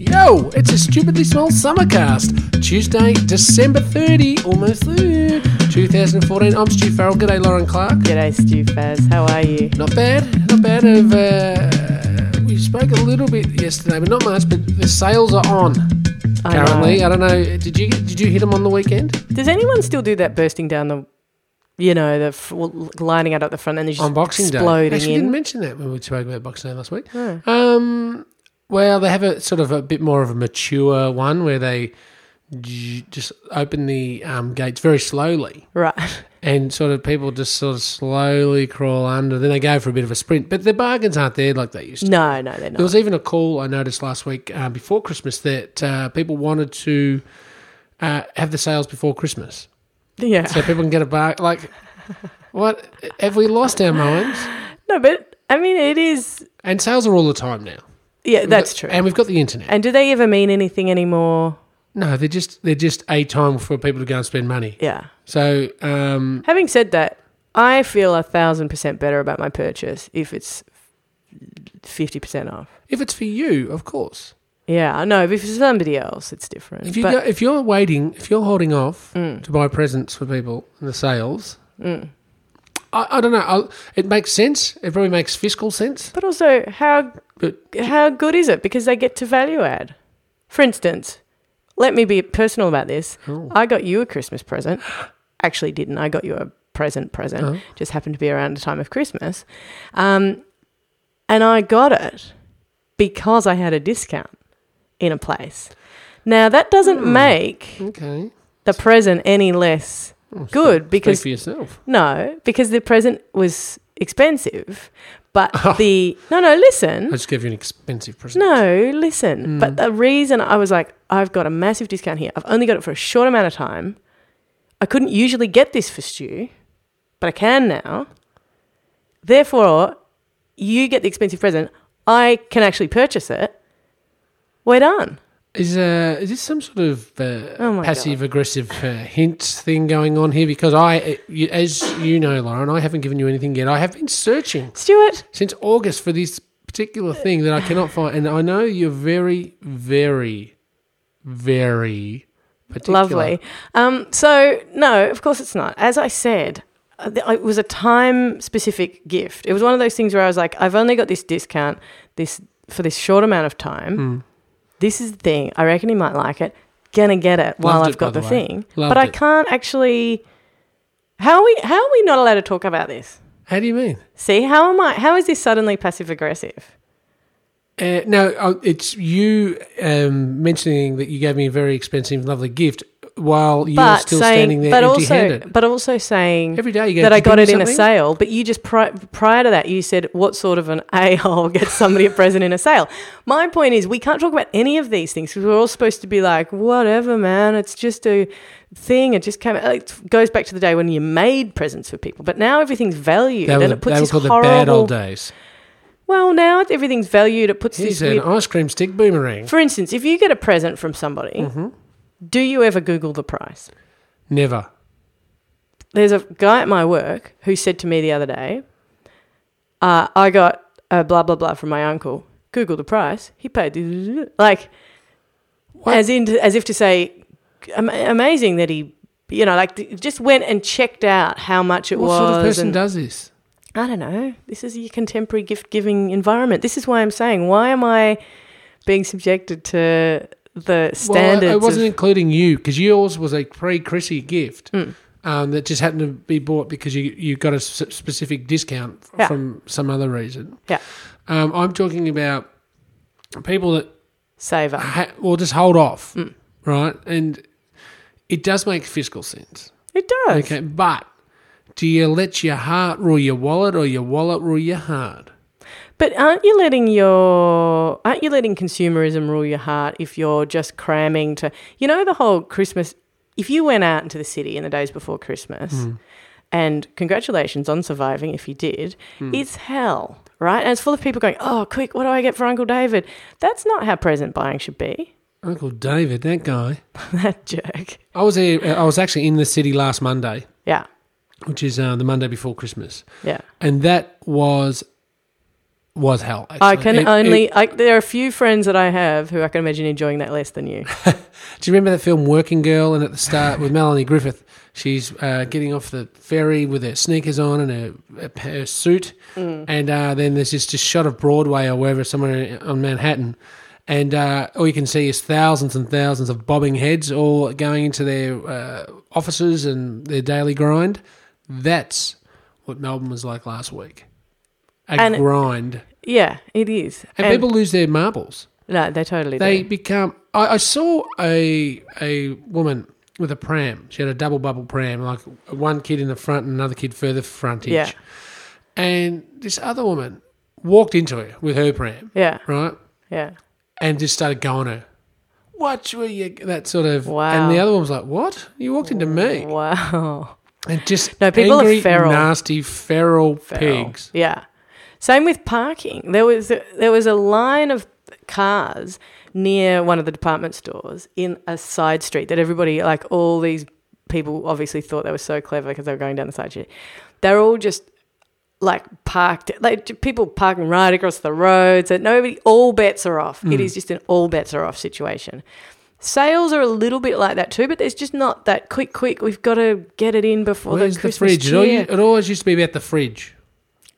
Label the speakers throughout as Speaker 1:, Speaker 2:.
Speaker 1: Hello, it's a stupidly small summercast. Tuesday, December 30, almost there, 2014. I'm Stu Farrell. G'day, Lauren Clark.
Speaker 2: G'day, Stu Faz. How are you?
Speaker 1: Not bad, not bad. Of uh, we spoke a little bit yesterday, but not much. But the sales are on
Speaker 2: I know.
Speaker 1: currently. I, don't know. Did you did you hit them on the weekend?
Speaker 2: Does anyone still do that bursting down the, you know, the f- well, lining out at the front and then just
Speaker 1: on Boxing
Speaker 2: exploding
Speaker 1: Day. Actually,
Speaker 2: in?
Speaker 1: didn't mention that when we spoke about Boxing Day last week.
Speaker 2: No.
Speaker 1: Um, well, they have a sort of a bit more of a mature one where they j- just open the um, gates very slowly.
Speaker 2: Right.
Speaker 1: and sort of people just sort of slowly crawl under. Then they go for a bit of a sprint, but the bargains aren't there like they used to.
Speaker 2: No, no, they're
Speaker 1: There
Speaker 2: not.
Speaker 1: was even a call I noticed last week uh, before Christmas that uh, people wanted to uh, have the sales before Christmas,
Speaker 2: Yeah.
Speaker 1: so people can get a bar. Like, what have we lost our minds?
Speaker 2: No, but I mean, it is.
Speaker 1: And sales are all the time now.
Speaker 2: Yeah, that's
Speaker 1: We've got-
Speaker 2: true.
Speaker 1: And we've got the internet.
Speaker 2: And do they ever mean anything anymore?
Speaker 1: No, they're just they're just a time for people to go and spend money.
Speaker 2: Yeah.
Speaker 1: So um,
Speaker 2: Having said that, I feel a thousand percent better about my purchase if it's fifty percent off.
Speaker 1: if it's for you, of course.
Speaker 2: Yeah, I know. If it's somebody else, it's different.
Speaker 1: If you
Speaker 2: but Mm.
Speaker 1: go, if you're waiting, if you're holding off to buy presents for people in the sales, I, I don't know. I'll, it makes sense. It probably makes fiscal sense.
Speaker 2: But also, how
Speaker 1: But
Speaker 2: how good is it? Because they get to value add. For instance, let me be personal about this.
Speaker 1: Oh.
Speaker 2: I got you a Christmas present. Actually, didn't I? Got you a present. Present
Speaker 1: Oh.
Speaker 2: just happened to be around the time of Christmas, um, and I got it because I had a discount in a place. Now that doesn't
Speaker 1: Hmm.
Speaker 2: make
Speaker 1: okay,
Speaker 2: the present any less
Speaker 1: Oh,
Speaker 2: good
Speaker 1: speak
Speaker 2: because
Speaker 1: for yourself.
Speaker 2: no, because the present was expensive, but the no, no, listen.
Speaker 1: I just gave you an expensive present.
Speaker 2: No, listen. But the reason I was like, I've got a massive discount here. I've only got it for a short amount of time. I couldn't usually get this for Stu, but I can now. Therefore, you get the expensive present. I can actually purchase it. We're done.
Speaker 1: Is uh, is this some sort of uh,
Speaker 2: Oh my
Speaker 1: passive aggressive uh, hint thing going on here? Because I, uh, you, as you know, Lauren, I haven't given you anything yet. I have been searching
Speaker 2: Stuart,
Speaker 1: since August for this particular thing that I cannot find. And I know you're very, very, very particular.
Speaker 2: lovely. Um, so, no, of course it's not. As I said, uh, th- it was a time specific gift. It was one of those things where I was like, I've only got this discount this for this short amount of time.
Speaker 1: Mm.
Speaker 2: this is the thing. I reckon he might like it. Gonna get it while
Speaker 1: Loved
Speaker 2: I've
Speaker 1: it, by
Speaker 2: got
Speaker 1: the
Speaker 2: the,
Speaker 1: way.
Speaker 2: thing.
Speaker 1: Loved
Speaker 2: but I
Speaker 1: it.
Speaker 2: can't actually. How are we? How are we not allowed to talk about this?
Speaker 1: How do you mean?
Speaker 2: See, how am I? How is this suddenly passive aggressive?
Speaker 1: Uh, no, uh, it's you um, mentioning that you gave me a very expensive, lovely gift while you're
Speaker 2: but
Speaker 1: still
Speaker 2: saying,
Speaker 1: standing there
Speaker 2: but
Speaker 1: empty-handed.
Speaker 2: also, but also saying
Speaker 1: Every day you go,
Speaker 2: that
Speaker 1: "Did
Speaker 2: I
Speaker 1: you
Speaker 2: got
Speaker 1: give
Speaker 2: it
Speaker 1: me
Speaker 2: in a
Speaker 1: something?"
Speaker 2: sale. But you just pri- prior to that, you said, "What sort of an a hole gets somebody a present in a sale?" My point is, we can't talk about any of these things because we're all supposed to be like, "Whatever, man. It's just a thing. It just came." It goes back to the day when you made presents for people, but now everything's valued,
Speaker 1: They were,
Speaker 2: and
Speaker 1: the,
Speaker 2: it puts
Speaker 1: they were
Speaker 2: this
Speaker 1: called
Speaker 2: horrible.
Speaker 1: the bad old uh, days.
Speaker 2: Well, now everything's valued. It puts
Speaker 1: Here's
Speaker 2: this.
Speaker 1: an
Speaker 2: Weird,
Speaker 1: ice cream stick boomerang.
Speaker 2: for instance, if you get a present from somebody,
Speaker 1: Mm-hmm.
Speaker 2: do you ever Google the price?
Speaker 1: Never.
Speaker 2: there's a guy at my work who said to me the other day, uh, I got a blah blah blah from my uncle. Google the price. He paid the- like
Speaker 1: What?
Speaker 2: as in as if to say, am- amazing that he, you know, like th- just went and checked out how much it
Speaker 1: What
Speaker 2: was.
Speaker 1: sort of person
Speaker 2: and-
Speaker 1: does this?
Speaker 2: I don't know. This is your contemporary gift giving environment. This is why I'm saying, why am I being subjected to the standards?
Speaker 1: Well, I- I
Speaker 2: of-
Speaker 1: wasn't including you because yours was a pre Chrissy gift
Speaker 2: Hmm.
Speaker 1: um, that just happened to be bought because you, you got a s- specific discount f-
Speaker 2: Yeah.
Speaker 1: from some other reason.
Speaker 2: Yeah.
Speaker 1: Um, I'm talking about people that
Speaker 2: saver.
Speaker 1: ha- will just hold off,
Speaker 2: Hmm.
Speaker 1: right? And it does make fiscal sense.
Speaker 2: It does.
Speaker 1: Okay. But do you let your heart rule your wallet or your wallet rule your heart?
Speaker 2: But aren't you letting your aren't you letting consumerism rule your heart if you're just cramming to you know the whole Christmas if you went out into the city in the days before Christmas
Speaker 1: Hmm.
Speaker 2: and congratulations on surviving if you did,
Speaker 1: Hmm.
Speaker 2: it's hell, right? And it's full of people going, Oh, quick, what do I get for Uncle David? That's not how present buying should be.
Speaker 1: Uncle David, that guy.
Speaker 2: that jerk.
Speaker 1: I was there, I was actually in the city last Monday,
Speaker 2: Yeah.
Speaker 1: which is uh, the Monday before Christmas.
Speaker 2: Yeah.
Speaker 1: and that was was hell. Actually.
Speaker 2: I can
Speaker 1: It-
Speaker 2: only.
Speaker 1: it-
Speaker 2: I, there are a few friends that I have who I can imagine enjoying that less than you.
Speaker 1: do you remember that film Working Girl? And at the start with Melanie Griffith, she's uh, getting off the ferry with her sneakers on and her, her suit,
Speaker 2: Mm.
Speaker 1: and uh, then there's just a shot of Broadway or wherever somewhere on Manhattan. And uh, all you can see is thousands and thousands of bobbing heads all going into their uh, offices and their daily grind. That's what Melbourne was like last week. A
Speaker 2: And-
Speaker 1: grind.
Speaker 2: Yeah, it is.
Speaker 1: And, people lose their marbles.
Speaker 2: no, they totally
Speaker 1: They
Speaker 2: do.
Speaker 1: become. I, I saw a a woman with a pram. She had a double bubble pram, like one kid in the front and another kid further frontage.
Speaker 2: Yeah.
Speaker 1: And this other woman walked into her with her pram,
Speaker 2: Yeah,
Speaker 1: right,
Speaker 2: yeah.
Speaker 1: and just started going her. What were you? That sort of.
Speaker 2: Wow.
Speaker 1: And the other one was like, "What? You walked into me?"
Speaker 2: Wow.
Speaker 1: And just
Speaker 2: No, people are
Speaker 1: angry,
Speaker 2: feral.
Speaker 1: nasty, feral, pigs.
Speaker 2: Yeah. Same with parking. There was there was a line of cars near one of the department stores in a side street that everybody like all these people obviously thought they were so clever because they were going down the side street. They're all just like parked like people parking right across the roads that nobody all bets are off.
Speaker 1: Hmm.
Speaker 2: It is just an all bets are off situation. Sales are a little bit like that too, but there's just not that quick, quick. We've got to get it in before
Speaker 1: Where's
Speaker 2: the
Speaker 1: the
Speaker 2: Christmas
Speaker 1: fridge? It,
Speaker 2: cheer.
Speaker 1: always, it always used to be about the fridge.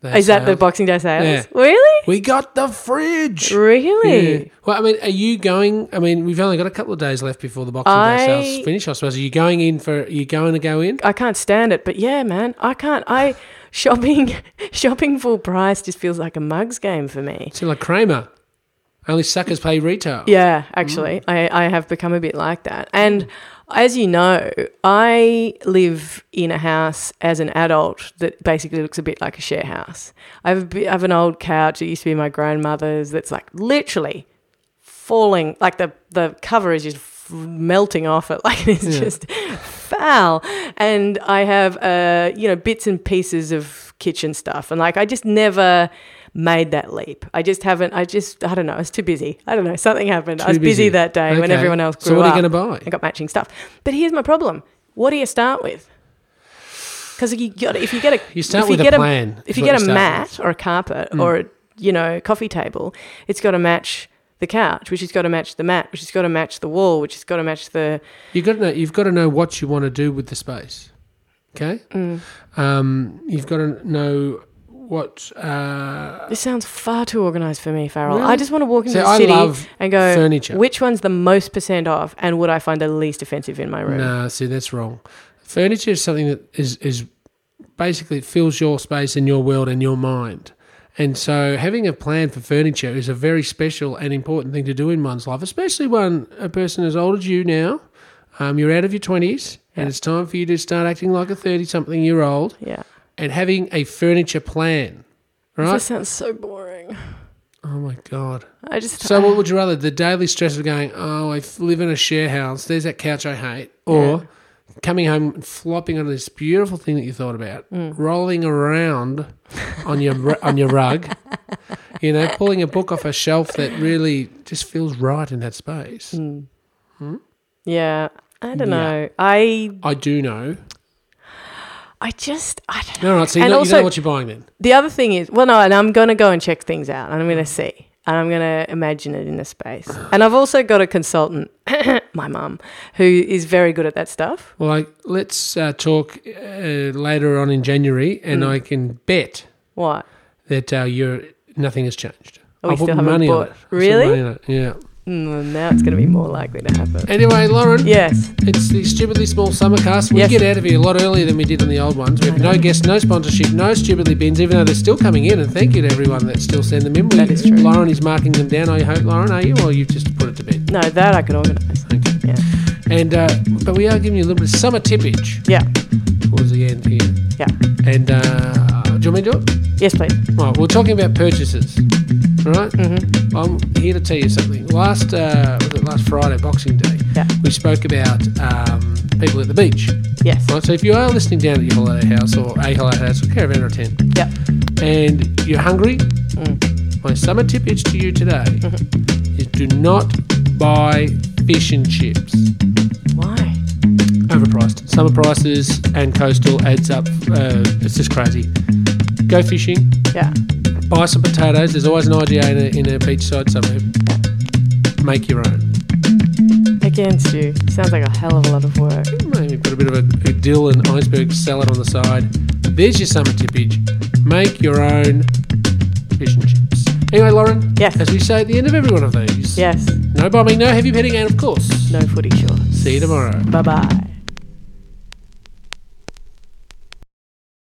Speaker 1: They
Speaker 2: Is that
Speaker 1: say,
Speaker 2: the Boxing Day sales?
Speaker 1: Yeah.
Speaker 2: Really?
Speaker 1: We got the fridge.
Speaker 2: Really?
Speaker 1: Yeah. Well, I mean, are you going? I mean, we've only got a couple of days left before the Boxing Day
Speaker 2: I-
Speaker 1: sales finish. I suppose. Are you going in for? Are you going to go in?
Speaker 2: I can't stand it, but yeah, man, I can't. I shopping shopping full price just feels like a mugs game for me.
Speaker 1: It's like Kramer. Only suckers pay retail.
Speaker 2: Yeah, actually, I, I have become a bit like that. And as you know, I live in a house as an adult that basically looks a bit like a share house. I have, a bit, I have an old couch that used to be my grandmother's that's like literally falling, like the, the cover is just f- melting off it like it's
Speaker 1: Yeah.
Speaker 2: just foul and i have uh you know bits and pieces of kitchen stuff and like i just never made that leap i just haven't i just i don't know i was too busy i don't know something happened i
Speaker 1: Too
Speaker 2: was busy,
Speaker 1: busy.
Speaker 2: that day when
Speaker 1: Okay.
Speaker 2: everyone else grew
Speaker 1: So what
Speaker 2: up
Speaker 1: are you going to
Speaker 2: and
Speaker 1: buy?
Speaker 2: got matching stuff but here's my problem what do you start with because you got if you get a
Speaker 1: You start
Speaker 2: if
Speaker 1: with
Speaker 2: you
Speaker 1: a
Speaker 2: get
Speaker 1: plan,
Speaker 2: if
Speaker 1: is
Speaker 2: you
Speaker 1: what
Speaker 2: get
Speaker 1: you
Speaker 2: a
Speaker 1: start Mm.
Speaker 2: mat or a carpet or a you know coffee table it's got to match the couch which has got to match the mat which has got to match the wall which has got to match the
Speaker 1: You've got to know. You've got to know what you want to do with the space. Okay.
Speaker 2: mm,
Speaker 1: Um, you've got to know what. Uh,
Speaker 2: This sounds far too organised for me, Farrell. I
Speaker 1: Really?
Speaker 2: just want to walk into
Speaker 1: See,
Speaker 2: the
Speaker 1: I
Speaker 2: city
Speaker 1: love
Speaker 2: and go,
Speaker 1: furniture.
Speaker 2: which one's the most percent off and would I find the least offensive in my room?
Speaker 1: nah, see that's wrong. Furniture is something that is is basically fills your space in your world and your mind. And so, having a plan for furniture is a very special and important thing to do in one's life, especially when a person as old as you now, um, you're out of your 20s,
Speaker 2: Yeah.
Speaker 1: and it's time for you to start acting like a 30 something year old
Speaker 2: Yeah.
Speaker 1: and having a furniture plan,
Speaker 2: This
Speaker 1: right?
Speaker 2: sounds so boring.
Speaker 1: Oh my God.
Speaker 2: I just.
Speaker 1: So, what would you rather? The daily stress of going, oh, I f- live in a share house, there's that couch I hate, or coming home and flopping onto this beautiful thing that you thought about,
Speaker 2: Mm.
Speaker 1: rolling around on your ru- on your rug, you know, pulling a book off a shelf that really just feels right in that space.
Speaker 2: Mm. yeah. I don't
Speaker 1: Yeah.
Speaker 2: know. I
Speaker 1: I do know.
Speaker 2: I just I don't know.
Speaker 1: No, right. So you,
Speaker 2: And
Speaker 1: know, you
Speaker 2: also-
Speaker 1: don't know what you're buying then.
Speaker 2: The other thing is, well, no, and I'm gonna go and check things out, and I'm gonna see, and I'm gonna imagine it in a space. And I've also got a consultant, my mum, who is very good at that stuff.
Speaker 1: Well, I, let's uh, talk uh, later on in January, and
Speaker 2: Mm.
Speaker 1: I can bet
Speaker 2: What?
Speaker 1: that uh, you're nothing has changed.
Speaker 2: Oh, we
Speaker 1: I'll put
Speaker 2: still haven't
Speaker 1: money on
Speaker 2: bought-
Speaker 1: it. I'll put
Speaker 2: Really?
Speaker 1: money on it, Yeah.
Speaker 2: Mm, now it's gonna be more likely to happen.
Speaker 1: Anyway, Lauren,
Speaker 2: Yes.
Speaker 1: it's the stupidly small summer cast. We
Speaker 2: Yes.
Speaker 1: get out of here a lot earlier than we did on the old ones. We have no guests, no sponsorship, no stupidly bins, even though they're still coming in. And thank you to everyone that still send them in. We,
Speaker 2: That is true.
Speaker 1: Lauren is marking them down. I hope, Lauren, are you, or you've just put it to bed?
Speaker 2: No, that I can organise.
Speaker 1: Okay.
Speaker 2: Yeah.
Speaker 1: And uh, but we are giving you a little bit of summer tippage
Speaker 2: Yeah.
Speaker 1: towards the end here.
Speaker 2: Yeah.
Speaker 1: And uh, do you want me to do it?
Speaker 2: Yes, please.
Speaker 1: Right, we're talking about purchases, right? Mm-hmm. I'm here to tell you something. Last uh, was it last Friday, Boxing Day,
Speaker 2: Yeah.
Speaker 1: we spoke about um, people at the beach.
Speaker 2: Yes.
Speaker 1: Right, so if you are listening down at your holiday house or a holiday house or caravan or tent,
Speaker 2: Yeah.
Speaker 1: and you're hungry,
Speaker 2: Mm.
Speaker 1: my summer tip is to you today
Speaker 2: Mm-hmm.
Speaker 1: is do not buy fish and chips.
Speaker 2: Why?
Speaker 1: Overpriced. Summer prices and coastal adds up. Uh, it's just crazy. Go fishing.
Speaker 2: Yeah.
Speaker 1: Buy some potatoes. There's always an IGA in a, in a beachside suburb. Make your own.
Speaker 2: Against you. Sounds like a hell of a lot of work.
Speaker 1: Maybe put a bit of a, a dill and iceberg salad on the side. There's your summer tippage. Make your own fish and chips. Anyway, Lauren,
Speaker 2: Yes.
Speaker 1: as we say at the end of every one of these,
Speaker 2: Yes.
Speaker 1: no bombing, no heavy petting, and of course,
Speaker 2: No footy shorts.
Speaker 1: see you tomorrow.
Speaker 2: Bye bye.